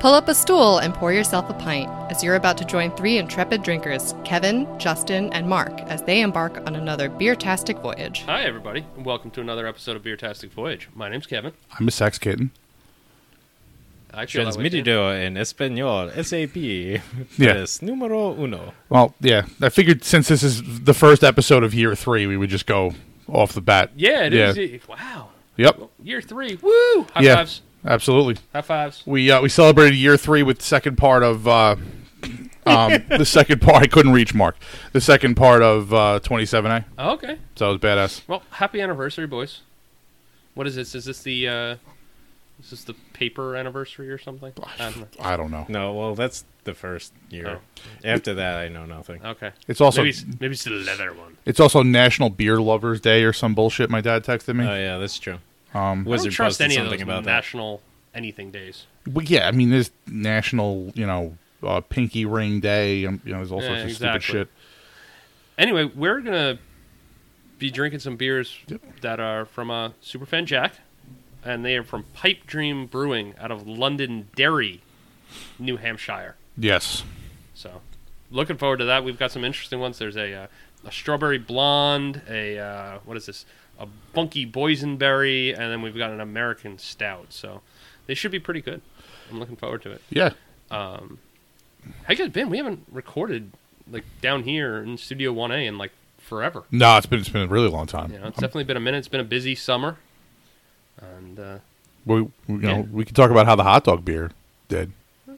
Pull up a stool and pour yourself a pint as you're about to join three intrepid drinkers, Kevin, Justin, and Mark, as they embark on another beer-tastic voyage. Hi, everybody, and welcome to another episode of Beer Tastic Voyage. My name's Kevin. I'm a sex kitten. I feel that way, too. Transmitido en español, SAP. Yeah. Tres, número uno. Well, yeah. I figured since this is the first episode of year three, we would just go off the bat. Yeah, it yeah. is. Wow. Yep. Year three. Woo! High yeah. fives. Absolutely. High fives. We uh, we celebrated year three with the second part of uh, um, the second part. I couldn't reach Mark. The second part of uh, 27A. Oh, okay. So it was badass. Well, happy anniversary, boys. What is this? Is this the uh, is this the paper anniversary or something? I don't know. I don't know. No, well, that's the first Oh. year. After that, I know nothing. Okay. It's also maybe, it's, maybe it's the leather one. it's also National Beer Lovers Day or some bullshit. My dad texted me. Oh, yeah, that's true. Um, I don't Wizard trust posted any of something those about that. national anything days. But yeah, I mean, there's National, you know, uh, Pinky Ring Day. Um, you know, there's all Yeah, sorts of exactly. stupid shit. Anyway, we're gonna be drinking some beers Yep. that are from uh, Superfan Jack, and they are from Pipe Dream Brewing out of London Derry, New Hampshire. Yes. So, looking forward to that. We've got some interesting ones. There's a uh, a strawberry blonde, a uh, what is this? A funky boysenberry, and then we've got an American stout. So, they should be pretty good. I'm looking forward to it. Yeah. How you guys been? We haven't recorded like down here in Studio One A in like forever. No, it's been it's been a really long time. You know, it's definitely been a minute. It's been a busy summer, and uh, We, we- you know, Yeah. we can talk about how the hot dog beer did.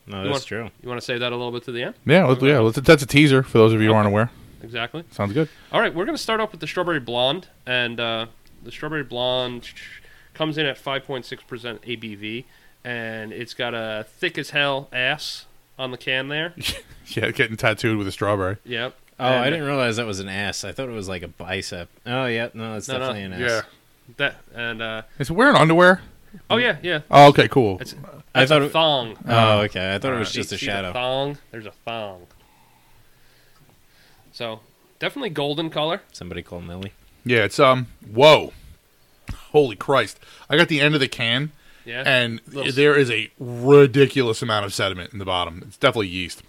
No, You that's want- true. you want to save that a little bit to the end. Yeah, let, yeah. Let's, that's a teaser for those of you who aren't aware. Exactly. Sounds good. All right, we're going to start off with the strawberry blonde, and uh, the strawberry blonde comes in at 5.6% ABV, and it's got a thick as hell ass on the can there. Yeah, getting tattooed with a strawberry. Yep. Oh, And I didn't realize that was an ass. I thought it was like a bicep. Oh, yeah, no, it's No, no, definitely an ass. That and uh, Is it wearing underwear? oh yeah, yeah. Oh, okay, cool. It's I it's thought. a Uh, It, thong. oh, okay. I thought it was See- just a see the shadow. thong. There's a thong. So definitely golden color. Somebody call Millie. Yeah, it's um. Whoa, holy Christ! I got the end of the can, Yeah. and Little- there is a ridiculous amount of sediment in the bottom. It's definitely yeast.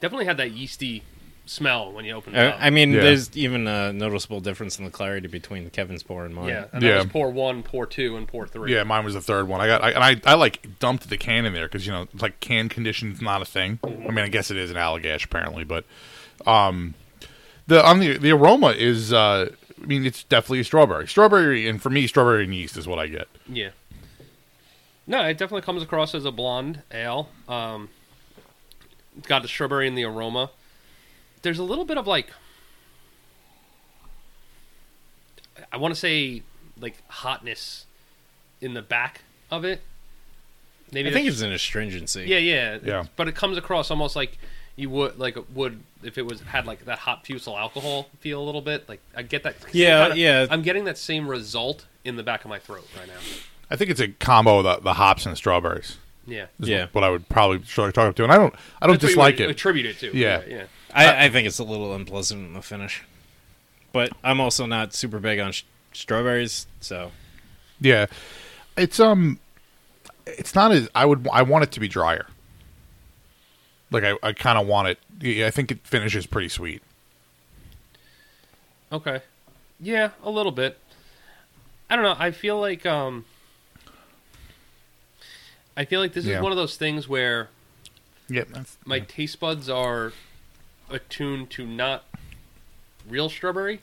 definitely had that yeasty smell when you open it Uh, up. I mean, Yeah. there's even a noticeable difference in the clarity between Kevin's pour and mine. yeah. And that Yeah. was pour one, pour two, and pour three. Yeah, mine was the third one. I got I and I, I like dumped the can in there because you know it's like can condition is not a thing. I mean, I guess it is in Allagash apparently, but um, the on the the aroma is uh, I mean it's definitely a strawberry, strawberry, and for me strawberry and yeast is what I get. Yeah. No, it definitely comes across as a blonde ale. Um, it's got the strawberry and the aroma. There's a little bit of like, I want to say like hotness in the back of it. Maybe I think that's- it's an astringency. yeah, yeah, Yeah. But it comes across almost like you would like it would if it was had like that hot fusel alcohol feel a little bit. Like I get that. Yeah, kinda- yeah. I'm getting that same result in the back of my throat right now. I think it's a combo of the, the hops and strawberries. Yeah. Is Yeah. what I would probably start talk to, and I don't I don't That's what dislike you would it. Attribute it to. Yeah. yeah. Uh, I, I think it's a little unpleasant in the finish, but I'm also not super big on sh- strawberries, so Yeah, it's um, it's not as I would I want it to be drier. Like I, I kind of want it. yeah, I think it finishes pretty sweet. Okay. Yeah, a little bit. I don't know. I feel like um I feel like this Yeah. is one of those things where Yep. That's, my taste buds are attuned to not real strawberry.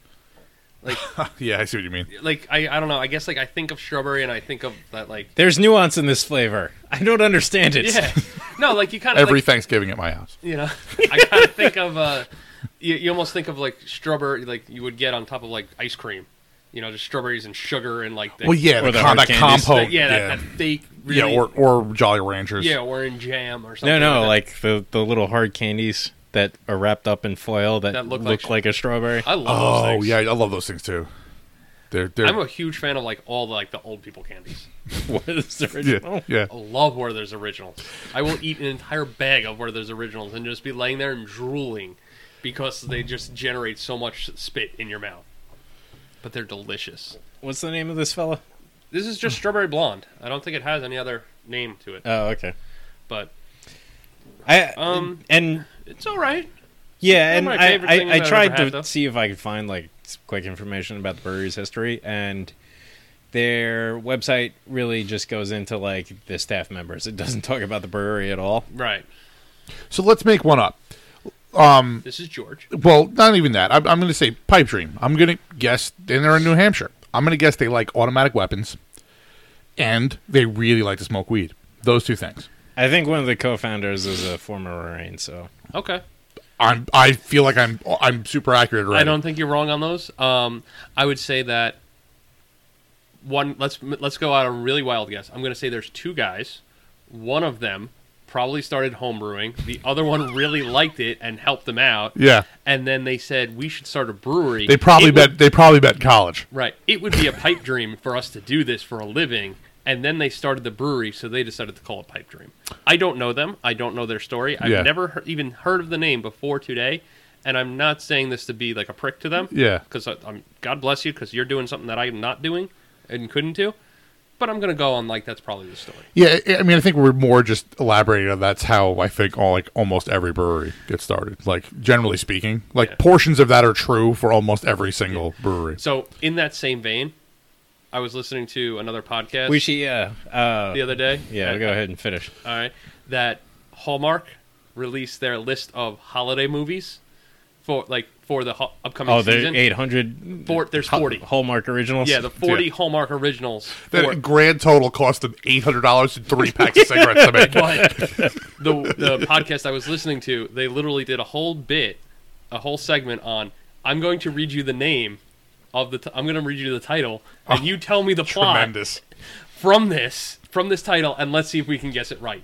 Like Yeah, I see what you mean. like I, I don't know. I guess like I think of strawberry and I think of that like there's nuance in this flavor. I don't understand it. Yeah. No, like you kind of Every like, Thanksgiving at my house. you know I kind of think of uh you, you almost think of like strawberry like you would get on top of like ice cream. You know, just strawberries and sugar and like the, Well, yeah, Or the, the con- hard that candies. compote. But yeah, yeah, That, that fake, Yeah, really, or or Jolly Ranchers. yeah, orange jam or No, something. no, like, like the, the little hard candies that are wrapped up in foil that, That look look, like- like, a strawberry. that. I love those Oh things. yeah, I love those things too. They're they're I'm a huge fan of like all the, like the old people candies. what is the original? yeah, yeah. I love where there's originals. I will eat an entire bag of where there's originals and just be laying there and drooling because they just generate so much spit in your mouth. But they're delicious. What's the name of this fella? This is just strawberry blonde. I don't think it has any other name to it, Oh, okay. but I Um, and it's all right. yeah, not and my I, favorite thing I, I that I've tried ever to had, though. see if I could find like some quick information about the brewery's history, and their website really just goes into like the staff members. It doesn't talk about the brewery at all. Right. So let's make one up. This is George. Well, not even that. I'm, I'm going to say pipe dream. I'm going to guess, and they're in New Hampshire. I'm going to guess they like automatic weapons, and they really like to smoke weed. Those two things. I think one of the co-founders is a former Marine, so Okay. I'm. I feel like I'm. I'm super accurate. Right. I don't think you're wrong on those. Um, I would say that one. Let's let's go out a really wild guess. I'm going to say there's two guys. One of them probably started homebrewing. The other one really liked it and helped them out. Yeah. And then they said we should start a brewery. They probably It bet. would- they probably bet college. right. It would be a pipe dream for us to do this for a living. And then they started the brewery, so they decided to call it Pipe Dream. I don't know them. I don't know their story. I've Yeah. never he- even heard of the name before today. And I'm not saying this to be like a prick to them Yeah. because I'm God bless you because you're doing something that I'm not doing and couldn't do. But I'm gonna go on like that's probably the story. Yeah. I I mean, I think we're more just elaborating on that's how I think all like almost every brewery gets started. Like generally speaking, like Yeah. portions of that are true for almost every single brewery. So in that same vein, I was listening to another podcast we should yeah uh, the other day. yeah Uh, go ahead and finish. All right, that Hallmark released their list of holiday movies for like for the ho- upcoming Oh, season. the 800 Four- there's Hall- 40. Hallmark originals. Yeah, the 40 Hallmark originals. That for- grand total cost them eight hundred dollars and three packs of cigarettes to make. but the the podcast I was listening to, they literally did a whole bit, a whole segment on. I'm going to read you the name of the. T- I'm going to read you the title, and you tell me the plot Oh, Tremendous. from this from this title, and let's see if we can guess it right.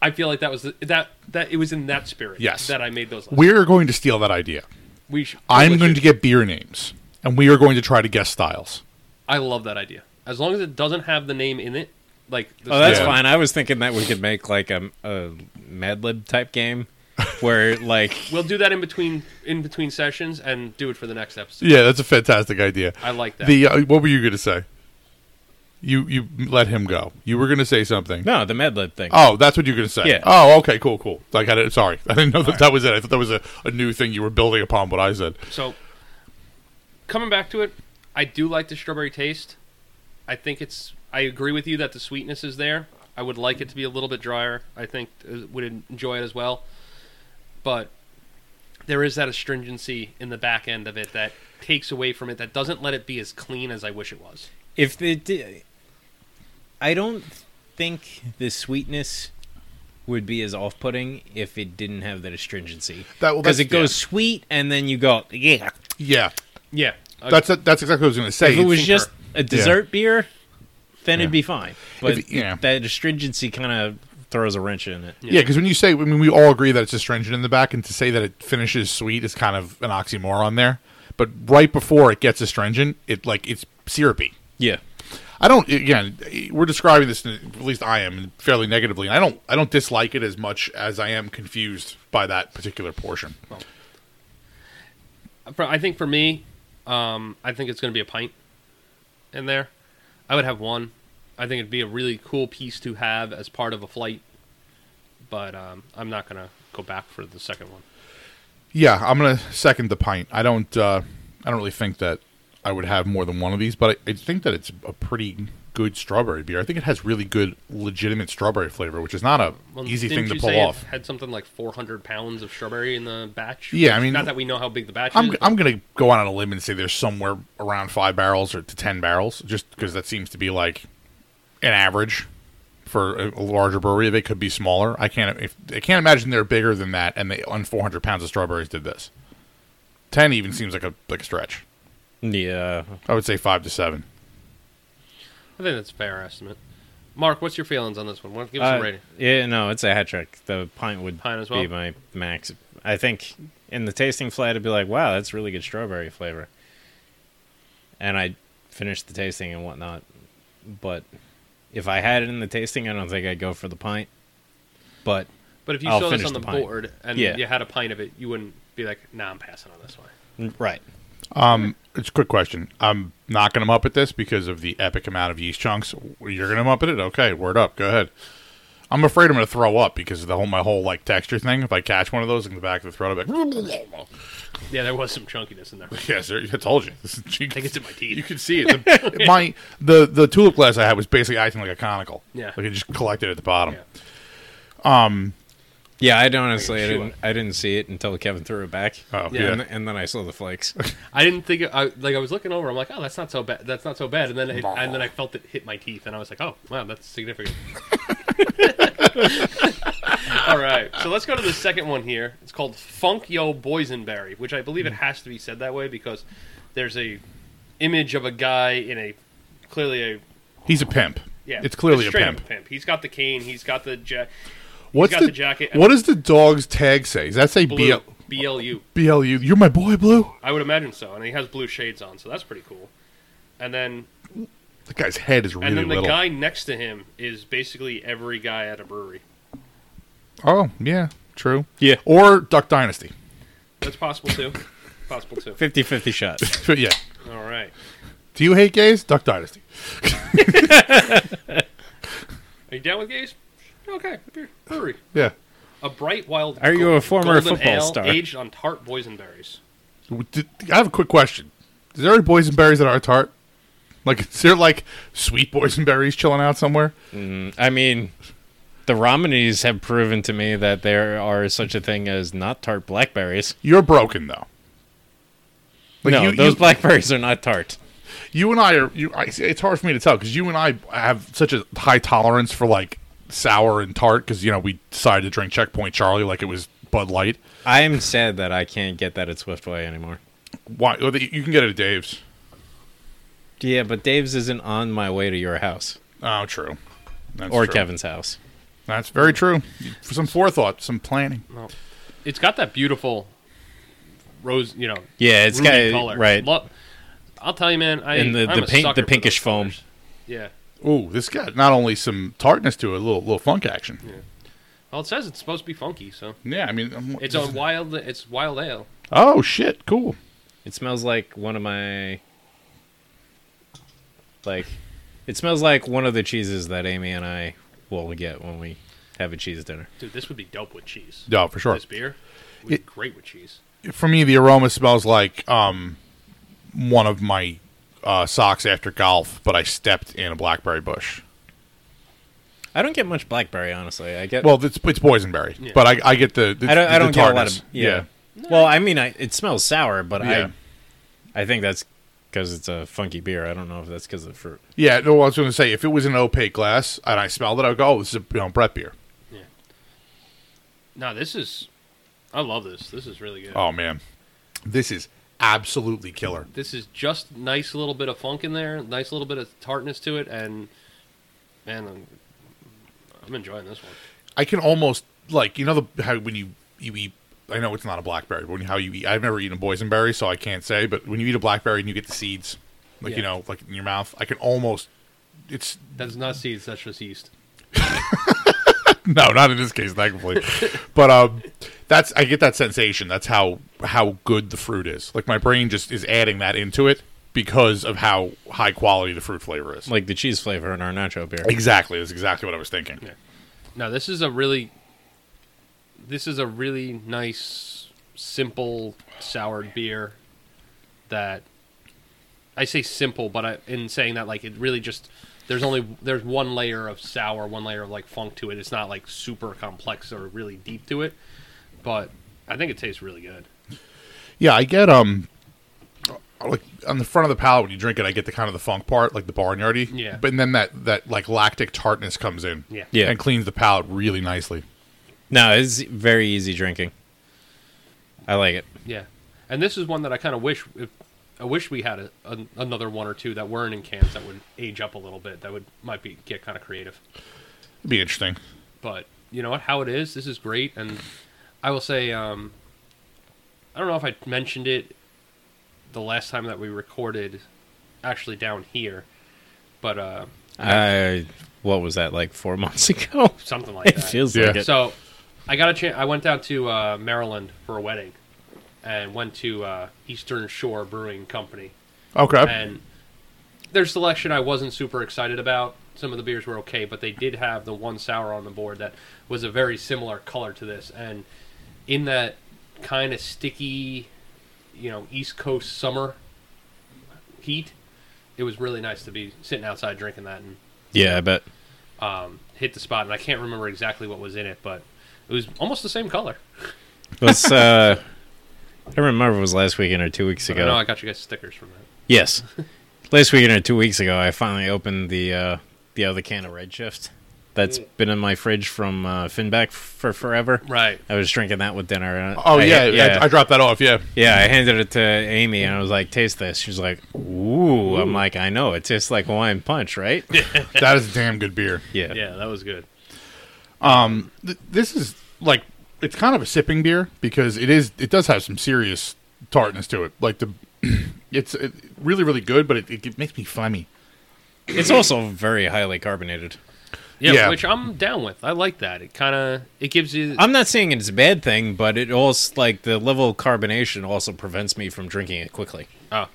I feel like that was the, that that it was in that spirit. Yes. that I made those. Lists. We're going to steal that idea. We should, I'm going should- to get beer names, and we are going to try to guess styles. I love that idea. As long as it doesn't have the name in it, like the Oh, that's Yeah. fine. I was thinking that we could make like a, a Mad Lib type game where like We'll do that in between in between sessions and do it for the next episode. Yeah, that's a fantastic idea. I like that. The uh, what were you going to say? You you let him go. You were going to say something. no, the Mad Lib thing. Oh, that's what you're going to say. Yeah. Oh, okay, cool, cool. Like I didn't, sorry, I didn't know that that was it. I thought that was a, a new thing you were building upon what I said. So, coming back to it, I do like the strawberry taste. I think it's. I agree with you that the sweetness is there. I would like it to be a little bit drier. I think uh, would enjoy it as well, but there is that astringency in the back end of it that takes away from it. That doesn't let it be as clean as I wish it was. If they did, I don't think the sweetness would be as off-putting if it didn't have that astringency. That- well, because that's- it goes sweet and then you go yeah. Yeah, Yeah, that's that's exactly what I was going to say. If it was think just a dessert beer, then Yeah. it'd be fine. But If- yeah. that astringency kind of throws a wrench in it. Yeah, because when you say, I mean, we all agree that it's astringent in the back, and to say that it finishes sweet is kind of an oxymoron there. But right before it gets astringent, it like it's syrupy. Yeah. I don't. Again, we're describing this, at least I am, fairly negatively. And I don't. I don't dislike it as much as I am confused by that particular portion. For- I think for me, um, I think it's going to be a pint in there. I would have one. I think it'd be a really cool piece to have as part of a flight, but um, I'm not going to go back for the second one. Yeah, I'm gonna second the pint. I don't. Uh, I don't really think that I would have more than one of these, but I, I think that it's a pretty good strawberry beer. I think it has really good, legitimate strawberry flavor, which is not a easy didn't thing to you pull say it off. Had something like 400 pounds of strawberry in the batch. Yeah, I mean- not that we know how big the batch I'm, is. I'm going to go out on a limb and say there's somewhere around five barrels or to ten barrels, just because that seems to be like an average for a, a larger brewery. They could be smaller. I can't if I can't imagine they're bigger than that. And they on 400 pounds of strawberries did this. Ten even seems like a like a stretch. Yeah. I would say five to seven. I think that's a fair estimate. Mark, what's your feelings on this one? What- Give us Uh, a rating. Yeah, no, it's a hat trick. The pint would Pint as well? be my max. I think in the tasting flight, I'd be like, wow, that's really good strawberry flavor. And I finished the tasting and whatnot. But if I had it in the tasting, I don't think I'd go for the pint. But But if you I'll saw this finish on the, the pint. board and Yeah. you had a pint of it, you wouldn't be like, "Nah, I'm passing on this one." right, It's a quick question. I'm not going to up at this because of the epic amount of yeast chunks. You're going to up at it? Okay, word up. Go ahead. I'm afraid I'm going to throw up because of the whole my whole like texture thing. If I catch one of those in the back of the throat, I'm like, Yeah, there was some chunkiness in there. I yes, sir, I told you. This is- you think it's in my teeth. you can see it. The- my the the tulip glass I had was basically acting like a conical. Yeah. like it just collected at the bottom. Yeah. Yeah, I don't honestly. I chew didn't. I didn't see it until Kevin threw it back. Oh, Yeah. And, and then I saw the flakes. I didn't think it, I, like I was looking over. I'm like, oh, that's not so bad. That's not so bad. And then it, and then I felt it hit my teeth, and I was like, oh, wow, that's significant. All right, so let's go to the second one here. It's called Funk Yo Boysenberry, which I believe Hmm. it has to be said that way because there's a image of a guy in a clearly a He's a pimp. yeah, it's clearly a straight up pimp. He's got the cane. He's got the ja- What's got the, the jacket and What does the dog's tag say? Does that say blue BL, BLU. BLU? You're my boy, Blue. I would imagine so, and he has blue shades on, so that's pretty cool. And then The guy's head is really And then the little. guy next to him is basically every guy at a brewery. oh yeah, true. Yeah. Or Duck Dynasty. That's possible too. possible too. 50-50 shot. yeah. All right. Do you hate gays? Duck Dynasty. Are you down with gays? Okay. beer- Brewery. Yeah. A bright wild. Are you a former golden football ale star? Aged on tart boysenberries. Did- I have a quick question. Is there any boysenberries at our tart? Like, is there like sweet boysenberries chilling out somewhere? I mean, the Romanies have proven to me that there are such a thing as not tart blackberries. You're broken though. Like no, you, those you, blackberries are not tart. you and I are. You, I, it's hard for me to tell because you and I have such a high tolerance for like sour and tart because you know we decided to drink Checkpoint Charlie like it was Bud Light. I'm sad that I can't get that at Swiftway anymore. Why? oh, You can get it at Dave's. Yeah, but Dave's isn't on my way to your house Oh, true. That's or true. Kevin's house. That's very true. For some forethought, some planning. It's got that beautiful rose. You know. Yeah, it's ruby got- color. right. Lo- I'll tell you, man. I And the- I'm the a pink- sucker the for pinkish those foam. colors. Yeah. Ooh, this got not only some tartness to it, a little little funk action. Yeah, Well, it says it's supposed to be funky, so I mean, I'm- it's on wild. It's wild ale. Oh shit, cool. It smells like one of my like it smells like one of the cheeses that Amy and I will get when we have a cheese dinner. Dude, this would be dope with cheese. Yeah, for sure. This beer would be It- great with cheese. For me, the aroma smells like um one of my uh, socks after golf, but I stepped in a blackberry bush. I don't get much blackberry honestly. I get Well, it's it's boysenberry, Yeah. but I, I get the, the I don't the, I don't get a lot tartness. of yeah. Well, I mean I, it smells sour, but Yeah. I I think that's cuz it's a funky beer. I don't know if that's cuz of the fruit. yeah. No, I was going to say if it was an opaque glass and I smelled it, I'd go, "Oh, this is a you know, Brett beer." No, this is. I love this. This is really good. Oh man, this is absolutely killer. This is just nice little bit of funk in there, nice little bit of tartness to it, and man, I'm, I'm enjoying this one. I can almost like you know the how when you you eat. I know it's not a blackberry, but when, how you eat. I've never eaten a boysenberry, so I can't say. But when you eat a blackberry and you get the seeds, like you Yeah. know, like in your mouth, I can almost. It's That's not seeds. That's just yeast. no, not in this case, thankfully. but um, that's I get that sensation. That's how how good the fruit is. Like my brain just is adding that into it because of how high quality the fruit flavor is. Like the cheese flavor in our nacho beer. exactly, that's exactly what I was thinking. Yeah. No, this is a really. This is a really nice, simple soured beer. That. I say simple, but I, in saying that, like it really just there's only there's one layer of sour, one layer of like funk to it. It's not like super complex or really deep to it, but I think it tastes really good. Yeah, I get um like on the front of the palate when you drink it, I get the kind of the funk part, like the barnyardy. Yeah. But then that that like lactic tartness comes in. Yeah. Yeah. And cleans the palate really nicely. No, it's very easy drinking. I like it. Yeah, and this is one that I kind of wish if I wish we had a, an another one or two that weren't in cans that would age up a little bit. That would might be get kind of creative. It'd be interesting. But you know what? How it is, this is great, and I will say, um, I don't know if I mentioned it the last time that we recorded, actually down here, but uh, I what was that like 4 months ago? something like It that. feels Yeah. like it. So I got a chance. I went down to uh, Maryland for a wedding, and went to uh, Eastern Shore Brewing Company. Okay. And their selection I wasn't super excited about. Some of the beers were okay, but they did have the one sour on the board that was a very similar color to this. And in that kind of sticky, you know, East Coast summer heat, it was really nice to be sitting outside drinking that and Yeah, I bet. um, hit the spot. And I can't remember exactly what was in it, but it was almost the same color. Let's. Uh, I don't remember if it was last weekend or two weeks I ago. know I got you guys stickers from that. Yes. Last weekend or two weeks ago, I finally opened the uh, the other can of Red Shift that's been in my fridge from uh, Finback for forever. Right. I was drinking that with dinner. and Oh I- yeah, yeah. I, I dropped that off. Yeah. Yeah, I handed it to Amy and I was like, "Taste this." She's like, "Ooh." I'm like, "I know. It tastes like Hawaiian punch, right?" that is a damn good beer. yeah. Yeah, that was good. Th- this is like it's kind of a sipping beer because it is it does have some serious tartness to it. Like the it's it, really really good, but it, it, makes me funny. It's also very highly carbonated. Yeah, Yeah. which I'm down with. I like that. It kind of it gives you. I'm not saying it's a bad thing, but it also like the level of carbonation also prevents me from drinking it quickly. oh,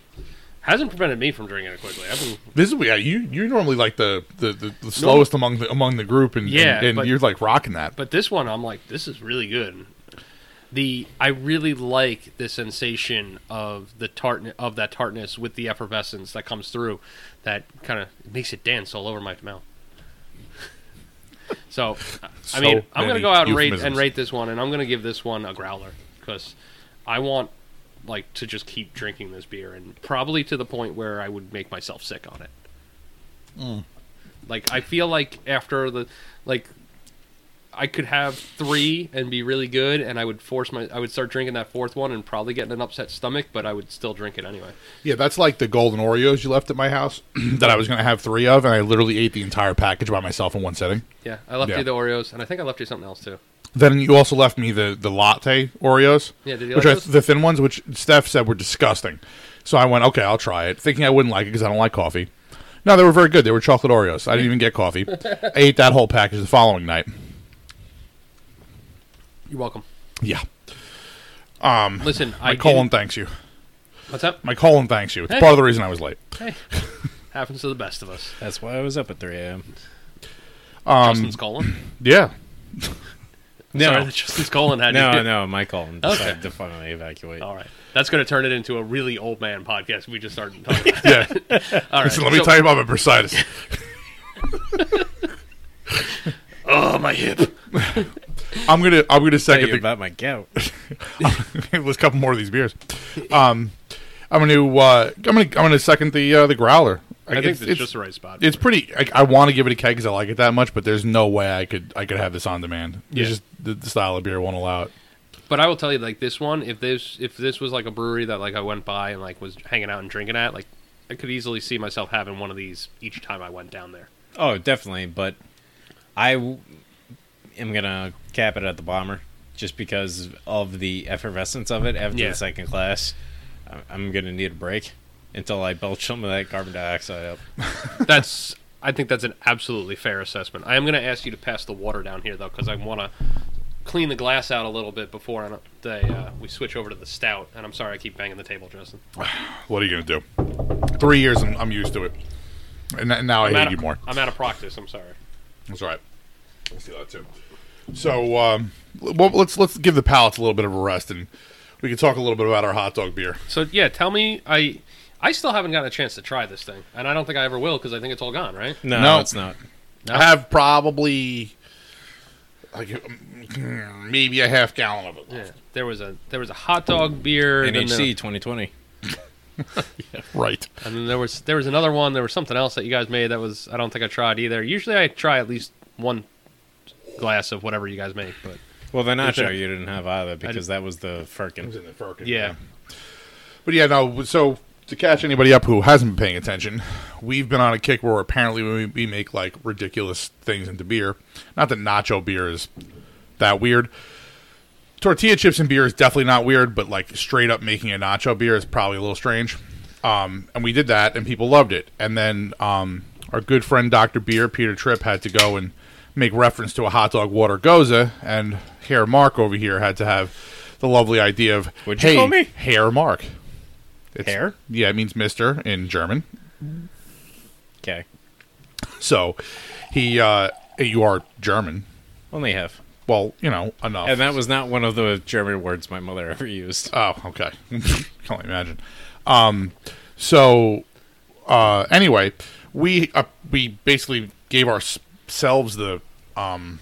hasn't prevented me from drinking it quickly. I've been This is yeah you you're normally like the the, the, the slowest among the among the group and Yeah, and, and but- you're like rocking that. but this one I'm like, this is really good. The I really like the sensation of the tartness of that tartness with the effervescence that comes through, that kind of makes it dance all over my mouth. so, I- I So mean, I'm gonna many go out and rate and euphemisms. rate this one, and I'm gonna give this one a growler because I want like to just keep drinking this beer, and probably to the point where I would make myself sick on it. Mm. Like I feel like after the like I could have three and be really good, and I would force my I would start drinking that fourth one and probably getting an upset stomach, but I would still drink it anyway. Yeah, that's like the golden Oreos you left at my house that I was gonna have three of, and I literally ate the entire package by myself in one sitting. Yeah, I left Yeah. you the Oreos, and I think I left you something else too. Then you also left me the, the latte Oreos, Yeah, did you which like are those? the thin ones, which Steph said were disgusting. So I went, okay, I'll try it, thinking I wouldn't like it because I don't like coffee. No, they were very good. They were chocolate Oreos. I didn't even get coffee. I ate that whole package the following night. You're welcome. Yeah, Listen, Mm-hmm. my I colon didn't, thanks you. what's up? My colon thanks you. It's Hey. part of the reason I was late. Hey, happens to the best of us. That's why I was up at 3 a.m. Um, Justin's colon. Yeah, No, Sorry, that Justin's colon had no, you. no. My colon decided to finally evacuate. All right, that's going to turn it into a really old man podcast. We just started talking. About. yeah. All right, Listen, let me so- tell you about my bursitis. Oh, my hip. I'm gonna I'm gonna Tell second you the, about my gout. Let's couple more of these beers. Um, I'm gonna uh, I'm gonna I'm gonna second the uh, the growler. I think it's, just the right spot. It's pretty. I, I want to give it a keg because I like it that much, but there's no way I could I could have this on demand. Yeah. It's just the, the style of beer won't allow it. But I will tell you, like this one, if this if this was like a brewery that like I went by and like was hanging out and drinking at, like I could easily see myself having one of these each time I went down there. Oh, definitely. But I w- am gonna cap it at the bomber just because of the effervescence of it after Yeah. the second class. I- I'm gonna need a break until I belch some of that carbon dioxide up. That's I think that's an absolutely fair assessment. I am going to ask you to pass the water down here though, because I want to clean the glass out a little bit before I- they uh, we switch over to the stout. And I'm sorry I keep banging the table, Justin. What are you gonna do? Three years, I'm, I'm used to it, and n- now I I'm hate out of, you more. I'm out of practice. I'm sorry. That's all right. Let's do that too. So um, l- well, let's let's give the palates a little bit of a rest, and we can talk a little bit about our hot dog beer. So yeah, tell me I. I still haven't gotten a chance to try this thing, and I don't think I ever will because I think it's all gone, right? No, No. it's not. I have probably like um, maybe a half gallon of it. Yeah, there was a there was a hot dog beer and then NHC there- 2020. Right. and then there was there was another one. There was something else that you guys made that was I don't think I tried either. Usually I try at least one glass of whatever you guys make, but Well, the Is that- nacho you didn't have either because that was the It was firkin. in the firkin. yeah, But yeah, no. So to catch anybody up who hasn't been paying attention, we've been on a kick where apparently we, we make like ridiculous things into beer. Not that nacho beer is that weird. Tortilla chips and beer is definitely not weird, but like straight up making a nacho beer is probably a little strange. Um, and we did that, and people loved it. And then um, our good friend Doctor Beer, Peter Tripp, had to go and make reference to a hot dog water goza, and Hair Mark over here had to have the lovely idea of What'd you hey, call me?" Herr Mark. It's- Herr? Yeah, it means Mister in German. Okay. So he, uh, you are German. Only half. Well, you know enough. And that was not one of the German words my mother ever used. Oh, okay. Can't imagine. Um, so uh, anyway, we uh, we basically gave ourselves the um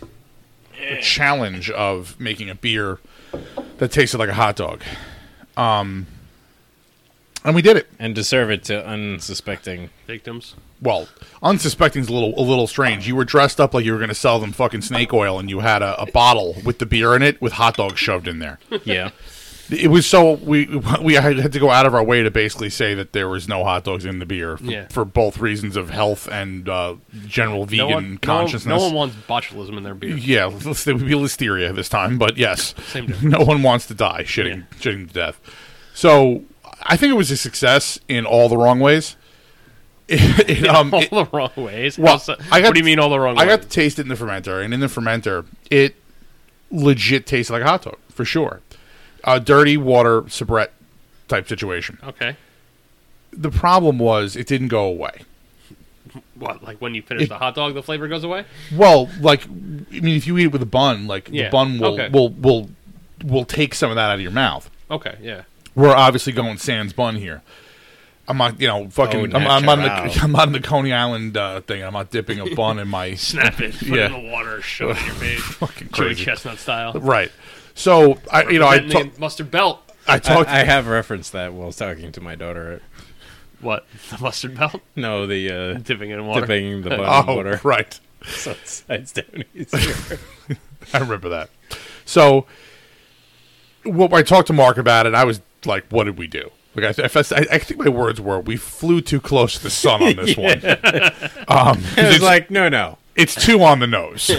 the challenge of making a beer that tasted like a hot dog. Um, and we did it. And to serve it to unsuspecting. Victims. Well, unsuspecting's a little a little strange. You were dressed up like you were going to sell them fucking snake oil, and you had a, a bottle with the beer in it with hot dogs shoved in there. Yeah. It was so we we had to go out of our way to basically say that there was no hot dogs in the beer for, Yeah. for both reasons of health and uh, general vegan no one, no one- consciousness. No, one wants botulism in their beer. yeah, let's- it would be listeria this time, but yes, Same difference. no one wants to die shitting shitting to death. So I think it was a success in all the wrong ways. It- it, um, all it- the wrong ways. well, How's that- I got- what do you mean all the wrong I ways? got to taste it in the fermenter, and in the fermenter, it legit tastes like a hot dog for sure. A dirty water soubrette type situation. okay. The problem was it didn't go away. What? Like when you finish It- the hot dog, the flavor goes away. Well, like I mean, if you eat it with a bun, like Yeah, the bun will okay. will will will take some of that out of your mouth. Okay. Yeah. We're obviously going sans bun here. I'm not, you know, fucking. Oh, I'm, I'm on the natural. I'm on the Coney Island uh, thing. I'm not dipping a bun in my Snap it. Put Yeah. it in the water. Shove it in your face. fucking Joey crazy. Chestnut style. Right. So I, you know, I Representing ta- the mustard belt. I I, talked. I have referenced that while talking to my daughter. What? The mustard belt? No, the uh, Dipping it in water. dipping the bun in oh, water. right. So it's, it's down easier. I remember that. So, what I talked to Mark about it, I was like, "What did we do?" Like, I, th- I, I think my words were, "We flew too close to the sun on this one." Um, 'cause It was it's, like, no, no. it's too on the nose.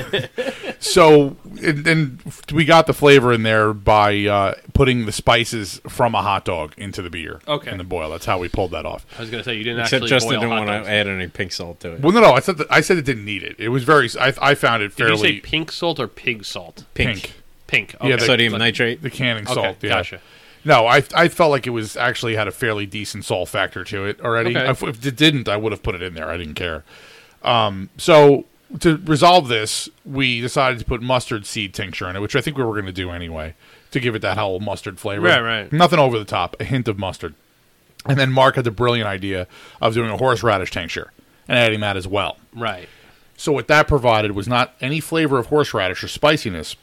so, and, and we got the flavor in there by uh, putting the spices from a hot dog into the beer. Okay. in the boil. That's how we pulled that off. I was gonna say you didn't Except actually Justin boil didn't hot want dogs. to add any pink salt to it. Well, no, no. I said that, I said it didn't need it. It was very. I, I found it Did fairly you say pink salt or pig salt? pink. Pink. Okay. Yeah, the- Sodium nitrate. the canning Okay, salt. Yeah. gotcha. No, I I felt like it was actually had a fairly decent salt factor to it already. Okay. If, if it didn't, I would have put it in there. I didn't care. Um, so to resolve this, we decided to put mustard seed tincture in it, which I think we were going to do anyway to give it that whole mustard flavor. Right, right. Nothing over the top. A hint of mustard. And then Mark had the brilliant idea of doing a horseradish tincture and adding that as well. Right. So what that provided was not any flavor of horseradish or spiciness,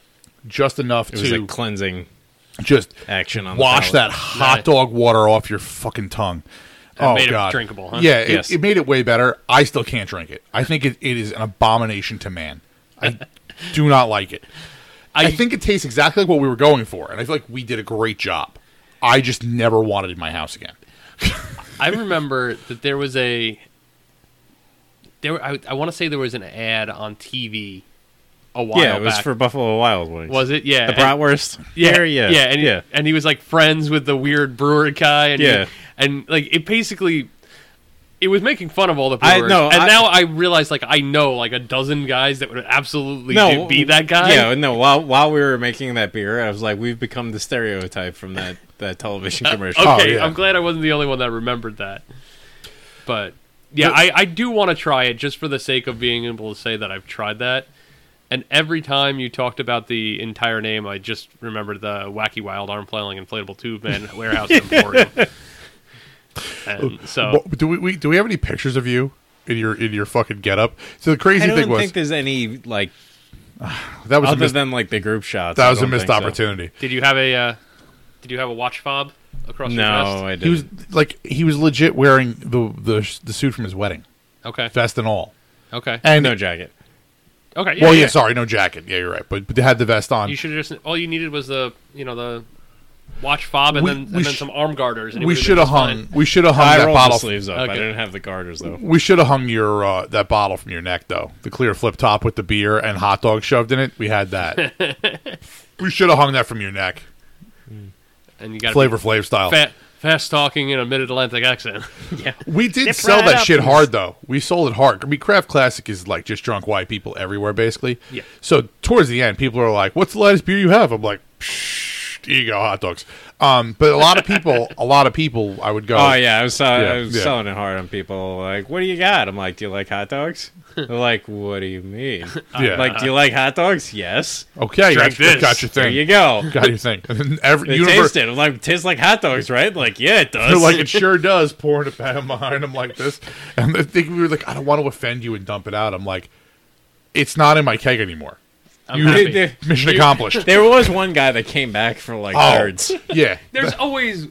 just enough It to was a cleansing just action on the wash palate. that hot Nice. dog water off your fucking tongue. oh made it god, drinkable, huh? Yeah, it, Yes. it made it way better. I still can't drink it. I think it, it is an abomination to man. I do not like it. I, think it tastes exactly like what we were going for, and I feel like we did a great job. I just never wanted it in my house again. I remember that there was a there. I, I want to say there was an ad on TV a while Yeah, it was back. for Buffalo Wild Wings. was it? Yeah, The and- bratwurst? Yeah, yeah, yeah, and he, yeah. and he was like friends with the weird brewer guy, and he- Yeah. and like it basically, it was making fun of all the I- brewers. no, and I- now I realize like I know like a dozen guys that would absolutely do- be that guy. Yeah, no. While while we were making that beer, I was like, we've become the stereotype from that that television commercial. Okay, Oh, yeah. I'm glad I wasn't the only one that remembered that. But yeah, I, I do want to try it just for the sake of being able to say that I've tried that. And every time you talked about the entire name, I just remembered the wacky wild arm flailing inflatable tube man warehouse emporium. And Oh. so What- do we, we do we have any pictures of you in your in your fucking getup? So the crazy I don't thing was think there's any like that was a other missed, than like the group shots. that I was a don't missed think so. opportunity. did you have a uh, did you have a watch fob across your No, chest? I didn't. He was like he was legit wearing the the the suit from his wedding, Okay. vest and all. Okay. And no jacket. Okay. well, yeah, sorry, no jacket. Yeah, you're right. But, but they had the vest on. You should have just all you needed was the you know the watch fob and We- then and we then sh- some arm garters. And it we would've been should have just fine. hung. We should have hung I that rolled bottle. the sleeves up. Okay. I didn't have the garters though. We should have hung your uh, that bottle from your neck though. The clear flip top with the beer and hot dog shoved in it. We had that. we should have hung that from your neck. and you got Flavor Flav style. fat, fast talking in a mid Atlantic accent. Yeah, We did Dip sell right that up shit and- hard though. We sold it hard. I mean, Craft Classic is like just drunk white people everywhere, basically. Yeah. So towards the end, people are like, "What's the lightest beer you have?" I'm like, Psh, Here you go, hot dogs. Um, but a lot of people, a lot of people, I would go. Oh yeah, I was, sell- Yeah, I was yeah. selling it hard on people. Like, what do you got? I'm like, do you like hot dogs? They're like, what do you mean? Yeah. I'm like, do you like hot dogs? Yes. Okay, Drink that's- that's this. got your There thing. you go. Got your thing. And then every They universe, taste it. I'm like, it tastes like hot dogs, right? Like, yeah, it does. They're like, it sure does. Pouring it back behind him like this, and I think we were like, I don't want to offend you and dump it out. I'm like, it's not in my keg anymore. I'm You- happy. They- Mission accomplished. there was one guy that came back for like Oh, thirds. yeah. There's always.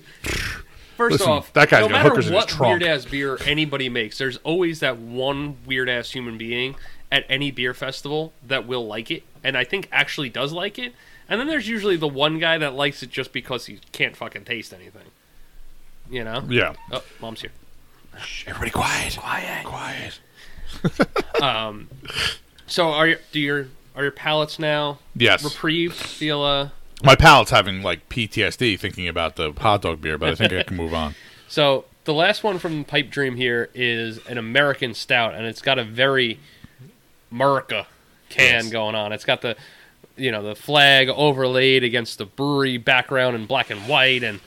First Listen, off, that guy's no got matter hookers in his what trunk. weird ass beer anybody makes, there's always that one weird ass human being at any beer festival that will like it, and I think actually does like it. And then there's usually the one guy that likes it just because he can't fucking taste anything. You know? Yeah. Oh, mom's here. Everybody quiet. Quiet. Quiet. So are your do your are your palates now Yes. reprieved? Feel uh. My palate's having like PTSD thinking about the hot dog beer, but I think I can move on. So the last one from Pipe Dream here is an American stout, and it's got a very America can Yes. going on. It's got the you know the flag overlaid against the brewery background in black and white, and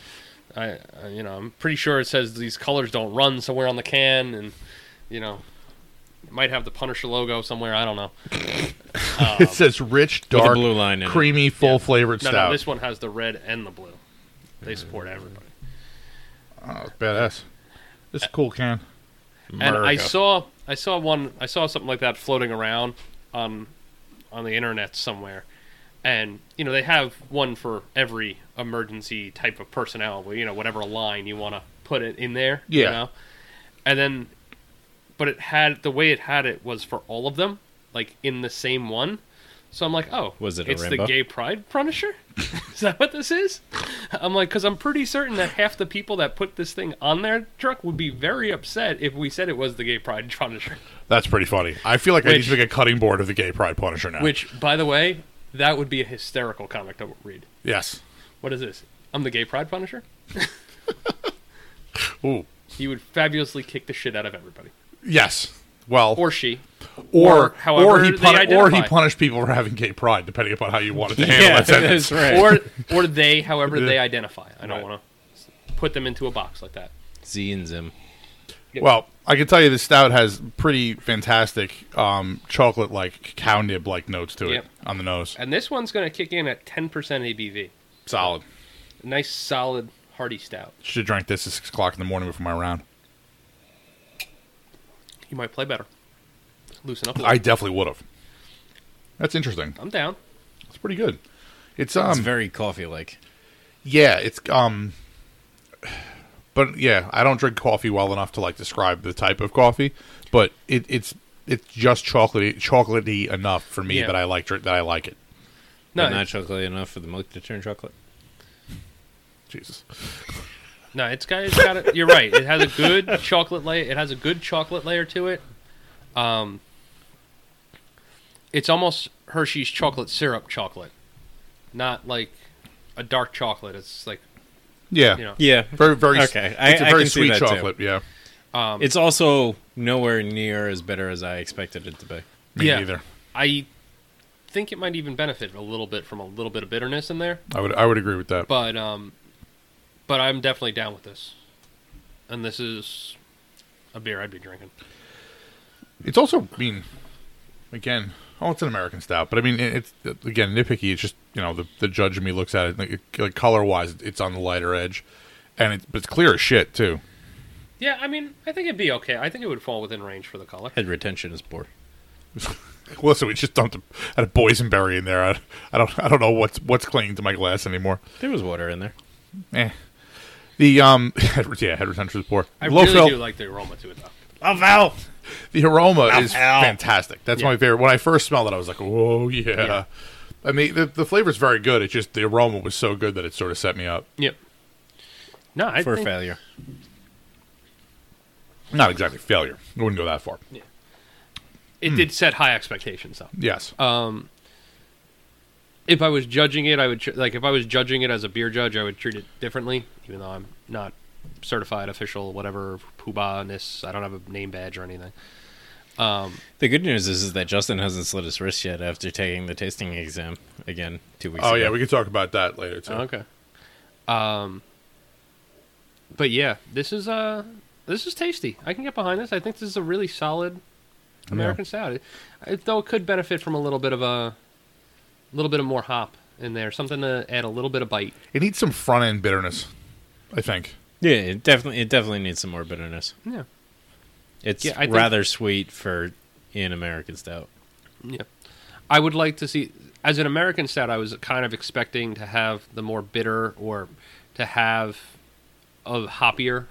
I I- you know I'm pretty sure it says these colors don't run somewhere on the can, and you know it might have the Punisher logo somewhere. I don't know. it says rich, With a dark, blue line in it. creamy, full flavored No, stout. no, this one has the red and the blue. They support everybody. oh, badass. This is a cool can. and I America. saw I saw one I saw something like that floating around on on the internet somewhere, and you know they have one for every emergency type of personnel. well, You know whatever line you want to put it in there. you Yeah. know? And then, but it had the way it had it was for all of them, like in the same one. So I'm like, oh, Was it a It's the rainbow? gay pride punisher. is that what this is? I'm like, because I'm pretty certain that half the people that put this thing on their truck would be very upset if we said it was the gay pride punisher. That's pretty funny. I feel like I need Which- to make a cutting board of the Gay Pride Punisher Ah. now. Which, by the way, that would be a hysterical comic to read. yes. What is this? I'm the gay pride punisher. Ooh. He would fabulously kick the shit out of everybody, Yes. Well, or she. or or however or he they pun- or he identify. punished people for having gay pride, depending upon how you wanted to handle yeah, that sentence. that's right. or or they, however they Yeah. identify. I don't Right. want to put them into a box like that. Z and Zim. Well, I can tell you this stout has pretty fantastic um, chocolate like cacao nib like notes to it Yep. on the nose. And this one's going to kick in at 10% ABV. Solid. Nice, solid, hearty stout. Should have drank this at six o'clock in the morning before my round. You might play better. Loosen up. A little. I definitely would have. That's interesting. I'm down. It's pretty good. It's um It's very coffee like. yeah, it's um but yeah, I don't drink coffee well enough to like describe the type of coffee, but it, it's it's just chocolatey chocolatey enough for me Yeah. that I like dr- that I like it. No, But not chocolate enough for the milk to turn chocolate. Jesus. no, it's got. It's got. A, you're right. It has a good chocolate layer. It has a good chocolate layer to it. Um, it's almost Hershey's chocolate syrup chocolate, not like a dark chocolate. It's like Yeah. you know. Yeah. Very very s- Okay, I- It's a I very can see sweet that too. chocolate, yeah. It's also nowhere near as bitter as I expected it to be. Me Yeah. neither. I think it might even benefit a little bit from a little bit of bitterness in there. I would I would agree with that. But um, but I'm definitely down with this, and this is a beer I'd be drinking. It's also, I mean, again, oh, it's an American stout, but I mean, it- it's again nitpicky. It's just you know the the judge in me looks at it like, it- like color wise, it's on the lighter edge, and it's but it's clear as shit too. Yeah, I mean, I think it'd be okay. I think it would fall within range for the color. Head retention is poor. Well, so we just dumped a, had a boysenberry in there. I, I don't I don't know what's what's clinging to my glass anymore. There was water in there. Eh. The um yeah head retention is poor. I Low really fill. do like the aroma to it, though. Oh, Val! the aroma is ow. fantastic. That's Yeah. my favorite. When I first smelled it, I was like, "Whoa, yeah." Yeah. I mean, the the flavor's very good. It's just the aroma was so good that it sort of set me up. Yep. No, I For think, failure. Not exactly failure. I wouldn't go that far. it did set high expectations, though. Yes. Uh, oh, Um, if I was judging it, I would tr- like if I was judging it as a beer judge, I would treat it differently, even though I'm not certified official, whatever poobah-ness. I don't have a name badge or anything. The good news is, is that Justin hasn't slit his wrist yet after taking the tasting exam again two weeks oh ago. yeah, we could talk about that later too. Oh, Okay. Um, but yeah, this is uh this is tasty. I can get behind this. I think this is a really solid American stout. It, it, though it could benefit from a little bit of a little bit of more hop in there, something to add a little bit of bite. It needs some front end bitterness, I think. Yeah, it definitely it definitely needs some more bitterness. Yeah. It's Yeah, I think- rather sweet for an American stout. Yeah. I would like to see as an American stout I was kind of expecting to have the more bitter or to have a hoppier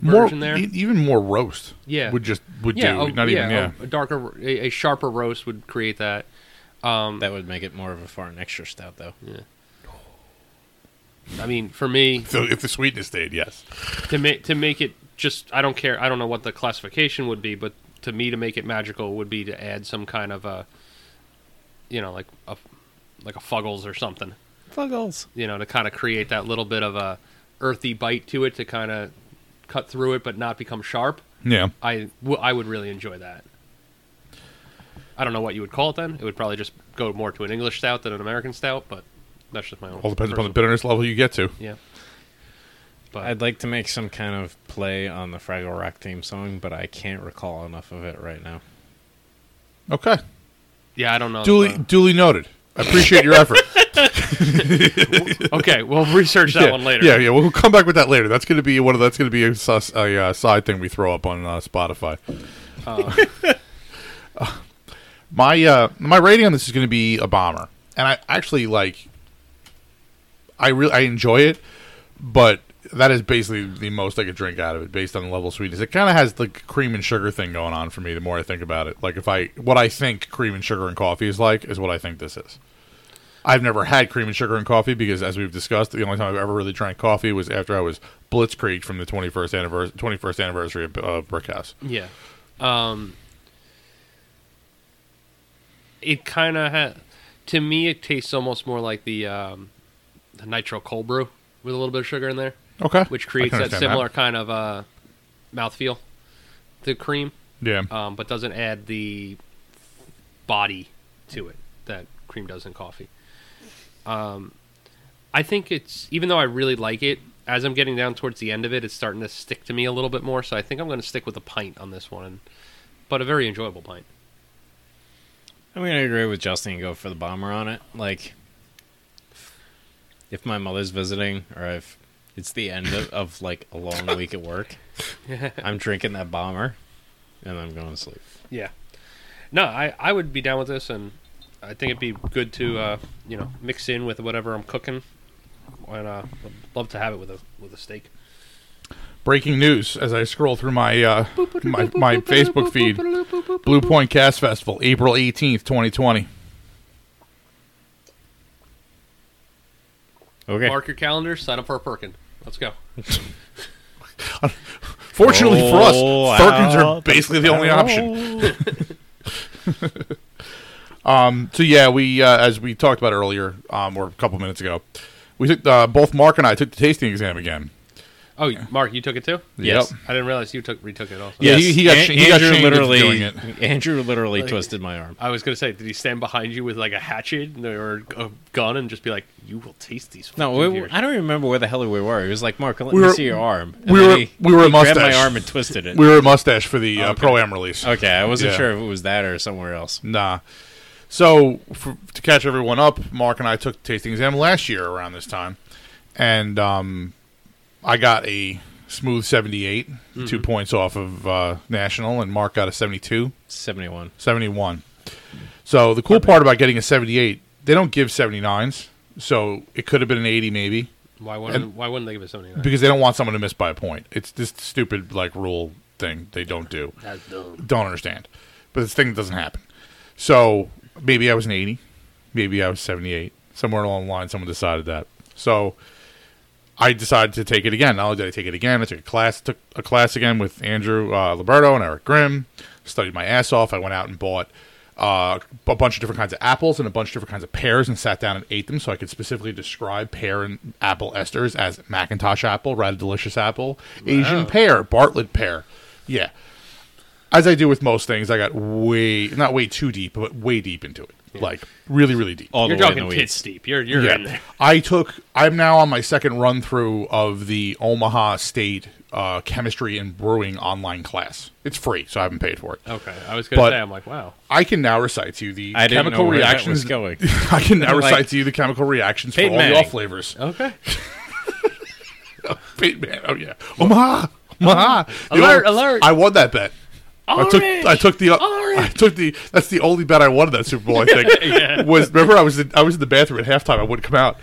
More, version there. e- even more roast. Yeah. would just would yeah, do. a- Not yeah, oh. even yeah. A, a darker a, a sharper roast would create that. That would make it more of a foreign extra stout, though. I mean, for me, So if the sweetness stayed, yes. to make to make it just I don't care I don't know what the classification would be, but to me to make it magical would be to add some kind of a you know like a like a fuggles or something Fuggles. you know to kind of create that little bit of a earthy bite to it to kind of cut through it but not become sharp. Yeah. I w- I would really enjoy that. I don't know what you would call it then. It would probably just go more to an English stout than an American stout, but that's just my own. All depends upon the personal- bitterness level you get to. Yeah. But I'd like to make some kind of play on the Fraggle Rock theme song, but I can't recall enough of it right now. Okay. yeah, I don't know. Duly Uh, duly noted. I appreciate your effort. okay, we'll research that yeah. one later. Yeah, yeah. We'll come back with that later. That's going to be one of that's going to be a, sus, a uh, side thing we throw up on uh, Spotify. Uh, my uh, my rating on this is going to be a bomber, and I actually like. I really I enjoy it, but that is basically the most I could drink out of it based on the level of sweetness. It kind of has the cream and sugar thing going on for me. The more I think about it, like if I what I think cream and sugar and coffee is like is what I think this is. I've never had cream and sugar and coffee because, as we've discussed, the only time I've ever really drank coffee was after I was blitzkrieg from the 21st anniversary, 21st anniversary of, of Brick House. Yeah. Um, it kind of ha- to me it tastes almost more like the um, the nitro cold brew with a little bit of sugar in there, Okay, which I can creates that understand similar kind of uh, mouthfeel to cream, Yeah, um, but doesn't add the body to it that cream does in coffee. Um, I think it's even though I really like it. As I'm getting down towards the end of it, it's starting to stick to me a little bit more. So I think I'm going to stick with a pint on this one, but a very enjoyable pint. I'm going to agree with Justin and go for the bomber on it. Like, if my mother's visiting or if it's the end of, of like a long week at work, I'm drinking that bomber and I'm going to sleep. Yeah. No, I, I would be down with this, and I think it'd be good to uh, you know mix in with whatever I'm cooking, and uh, would love to have it with a with a steak. breaking news as I scroll through my uh, my, my Facebook feed: Blue Point Cast Festival, April 18th, 2020. Okay. Mark your calendar, sign up for a Perkin. Let's go. Fortunately for us, Roll Thurkins are Oh, out the basically the only option. barrel. Um, so yeah, we uh, as we talked about earlier, um, or a couple minutes ago, we took uh, both Mark and I took the tasting exam again. Oh, Mark, you took it too? Yes. I didn't realize you took retook it also. Yeah. he- he got An- sh- he got shamed into literally, doing Andrew literally twisted my arm. I was gonna say, did he stand behind you with like a hatchet and- or a gun and just be like, "You will taste these"? No, fucking we, beers." I don't even remember where the hell we were. He was like, "Mark, let We me were- see your arm." we then were- he, we were he at grabbed Mustache. my arm and twisted it. We were at Mustache for the uh, Okay. Oh, pro am release. okay, I wasn't Yeah. sure if it was that or somewhere else. Nah. So for, to catch everyone up, Mark and I took the tasting exam last year around this time, and um, I got a smooth 78, two points off of uh, national, and Mark got a 72, Seventy-one. 71. So the cool part about getting a 78, they don't give 79s, so it could have been an 80 maybe Why wouldn't Why wouldn't they give it something? Like that? because they don't want someone to miss by a point. It's this stupid like rule thing they don't do. That's dumb. don't understand. But this thing doesn't happen. So maybe I was an 80, maybe I was 78. Somewhere along the line, someone decided that. So I decided to take it again. Not only did I take it again, I took a class, took a class again with Andrew uh, Liberto and Eric Grimm. Studied my ass off. I went out and bought uh, a bunch of different kinds of apples and a bunch of different kinds of pears and sat down and ate them so I could specifically describe pear and apple esters as Macintosh apple, Rather Delicious apple, Asian pear, Bartlett pear. Yeah as I do with most things, I got way not way too deep, but way deep into it. like really really deep. All You're the way in talking the kids weeds. steep. You're you're in there. I took. I'm now on my second run through of the Omaha State uh, Chemistry and Brewing online class. It's free, so I haven't paid for it. Okay, I was gonna But- say I'm like wow. I can now recite to you the I didn't chemical know where that reactions. was going. I can now Like- recite to you the chemical reactions for Peyton all the Manning. all flavors. Okay, Peyton Man- Oh yeah, Omaha, Omaha. The Alert, only- alert. I won that bet. I took Orange, I took the uh, I orange. took the that's the only bet I won in that Super Bowl I think was remember I was in, I was in the bathroom at halftime I wouldn't come out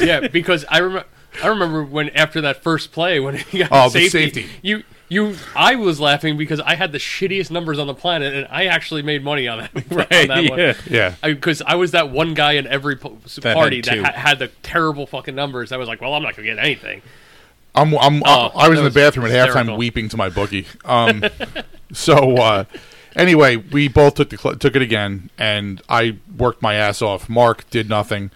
yeah, because I remember. I remember when after that first play when he got Oh, the safety, safety. You, you, I was laughing because I had the shittiest numbers on the planet, and I actually made money on that. on that one. yeah. yeah because I, was that one guy in every po- s- That had party that two. ha- had the terrible fucking numbers. I was like, well, I'm not gonna get anything. I'm, I'm, Oh, I was in that was the bathroom at halftime hysterical. weeping to my bookie. Um, so uh, anyway, we both took the cl- took it again, and I worked my ass off. Mark did nothing,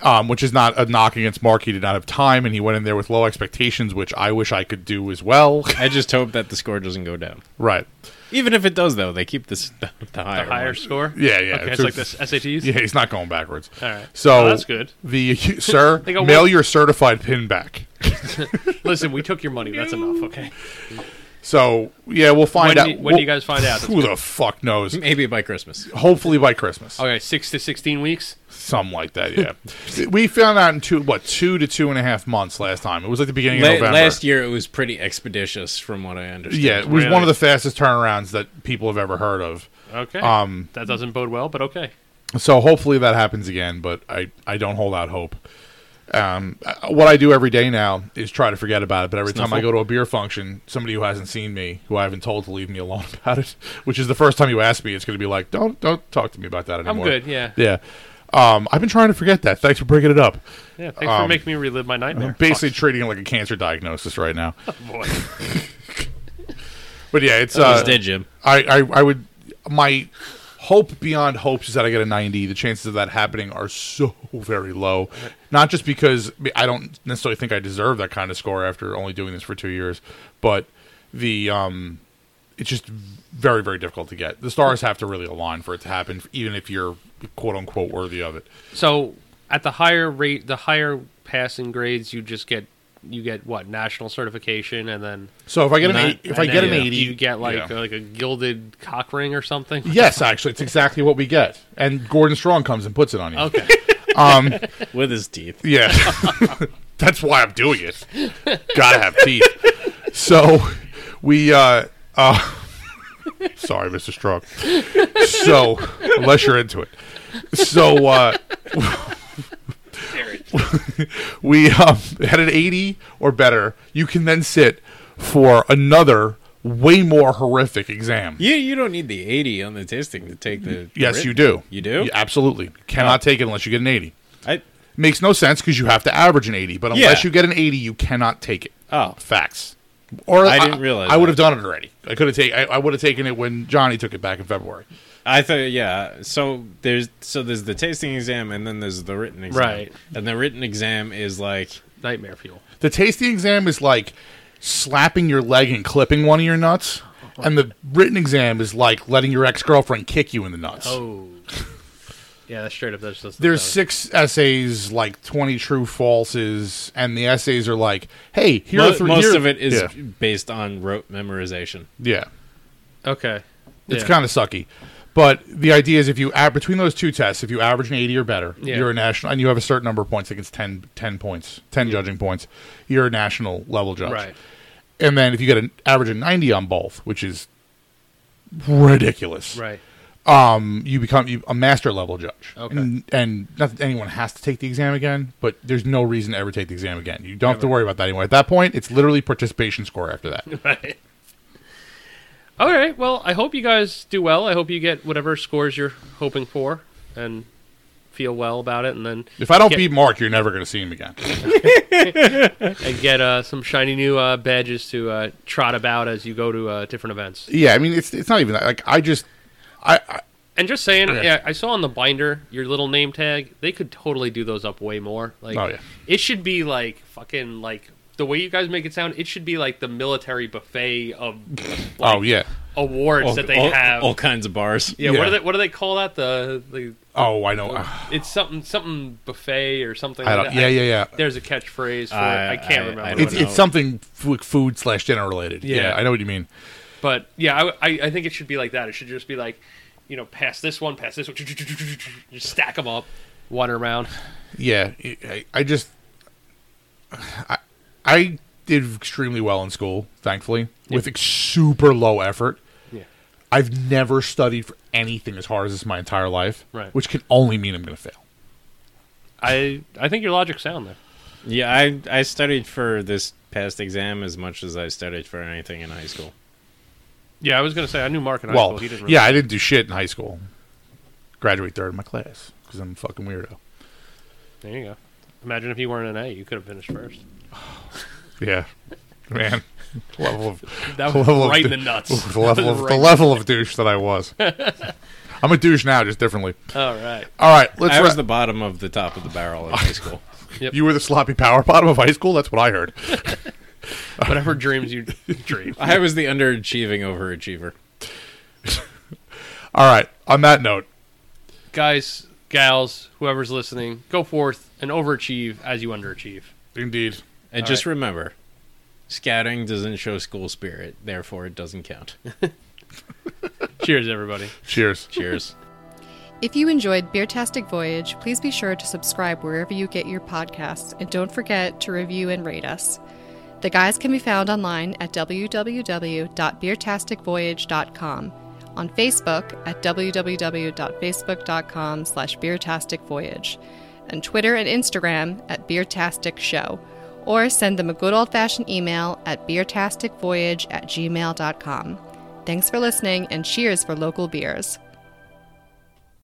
um, which is not a knock against Mark. He did not have time, and he went in there with low expectations, which I wish I could do as well. I just hope that the score doesn't go down. right? Even if it does, though, they keep this the higher. A higher one. score. Yeah, yeah. Okay, it's like this SATs. Yeah, he's not going backwards. All right. So Well, that's good. The sir, They got mail one- your certified pin back. Listen, we took your money. That's enough. Okay. So yeah, we'll find When do out. you- when do you guys find out? That's Who the fuck knows? Maybe by Christmas. Hopefully by Christmas. Okay, six to sixteen weeks. something like that. Yeah, we found out in two what two to two and a half months last time. It was like the beginning of La- November last year, it was pretty expeditious, from what I understand. Yeah, it was Really? one of the fastest turnarounds that people have ever heard of. Okay. Um, that doesn't bode well, but okay. So hopefully that happens again, but I I don't hold out hope. Um, uh, what I do every day now is try to forget about it. But every time I Snuffle? go to a beer function, somebody who hasn't seen me, who I haven't told to leave me alone about it, which is the first time you ask me, it's going to be like, don't don't talk to me about that I'm anymore. good. Yeah. Yeah. Um, I've been trying to forget that. Thanks for bringing it up. Yeah. Thanks for Um, making me relive my nightmare. Basically, treating it like a cancer diagnosis right now. Fuck, Oh, boy. But yeah, it's It uh, was dead, Jim. I, I I would my hope beyond hopes is that I get a 90. The chances of that happening are so very low. Not just because I mean, I don't necessarily think I deserve that kind of score after only doing this for 2 years, but the um it's just very very difficult to get. The stars have to really align for it to happen even if you're quote unquote worthy of it. So at the higher rate, the higher passing grades, you just get you get what national certification, and then So if I get an Not- eight, if I and get then an 80, you get like yeah. like a gilded cock ring or something. Yes, actually, it's exactly what we get. And Gordon Strong comes and puts it on you. Okay. Um With his teeth. Yeah. That's why I'm doing it. Gotta have teeth. So we uh uh sorry, Mr. Strong. So unless you're into it. So uh we um had an eighty or better, you can then sit for another way more horrific exam. You you don't need the eighty on the tasting to take the. Yes, written. you do. You do. You absolutely. Cannot take it unless you get an eighty. I Makes no sense because you have to average an 80, but unless Yeah. you get an 80, you cannot take it. Oh. Facts. Or I didn't realize I, would have that. done it already. I could have taken. I, I would have taken it when Johnny took it back in February. I thought yeah. So there's so there's the tasting exam and then there's the written exam. Right. And the written exam is like Nightmare fuel. The tasting exam is like slapping your leg and clipping one of your nuts, and the written exam is like letting your ex girlfriend kick you in the nuts. Oh. Yeah, that's straight up. That's just There's six essays, like twenty true falses, and the essays are like, "Hey, here mo- are three." most here- of it is yeah, based on rote memorization. yeah. okay. It's kind of sucky. But the idea is if you add between those two tests, if you average an 80 or better, Yeah. you're a national, and you have a certain number of points, I think it's 10, 10 points, 10 judging points, you're a national level judge. right. And then if you get an average of 90 on both, which is ridiculous, Right. um, you become you, a master level judge. Okay. And, and not that anyone has to take the exam again, but there's no reason to ever take the exam again. You don't have to worry about that anymore. At that point, it's literally participation score after that. Right. All right. Well, I hope you guys do well. I hope you get whatever scores you're hoping for and feel well about it, and then if I don't Get- beat Mark, you're never going to see him again. and get uh, some shiny new uh, badges to uh, trot about as you go to uh, different events. Yeah, I mean it's it's not even that. Like I just I, I And just saying, Okay. yeah, I saw on the binder your little name tag. They could totally do those up way more. Like, Oh, yeah. it should be like fucking like the way you guys make it sound. It should be like the military buffet of oh yeah. awards all, that they all- have. all kinds of bars. yeah, what Yeah. do they what do they call that? The, the Oh, I know. it's something something buffet or something. I like don't. that. Yeah, yeah, yeah. There's a catchphrase for I- it. I can't I- remember. I what don't It's it know. is. it's something f- food slash dinner related. Yeah. Yeah. I know what you mean. But yeah, I, I I think it should be like that. It should just be like, you know, pass this one, pass this one, just stack them up, one around. Yeah, I, I just I I did extremely well in school, thankfully, with ex- super low effort. Yeah. I've never studied for anything as hard as this my entire life, Right. which can only mean I'm going to fail. I I think your logic's sound there. Yeah, I I studied for this past exam as much as I studied for anything in high school. Yeah, I was gonna say I knew Mark in high well, school. He didn't. yeah, I didn't do shit in high school. Graduate third in my class because I'm a fucking weirdo. There you go. Imagine if you weren't an A, you could have finished first. Yeah, man, level of That the was level right in of the dou- nuts. the level of Right the in- level of douche that I was. I'm a douche now, just differently. All right. All right, let's. I ra- was the bottom of the top of the barrel in high school. You were the sloppy power bottom of high school. That's what I heard. Whatever dreams you dream. I was the underachieving overachiever. All right. On that note, Guys, gals, whoever's listening, go forth and overachieve as you underachieve. indeed. And just remember, scouting doesn't show school spirit, therefore it doesn't count. Cheers, everybody. Cheers. Cheers. If you enjoyed Beertastic Voyage, please be sure to subscribe wherever you get your podcasts and don't forget to review and rate us. The guys can be found online at www.beertasticvoyage.com, on Facebook at www.facebook.com slash beertasticvoyage, and Twitter and Instagram at Beertastic Show, or send them a good old-fashioned email at beertasticvoyage at gmail.com. Thanks for listening and cheers for local beers.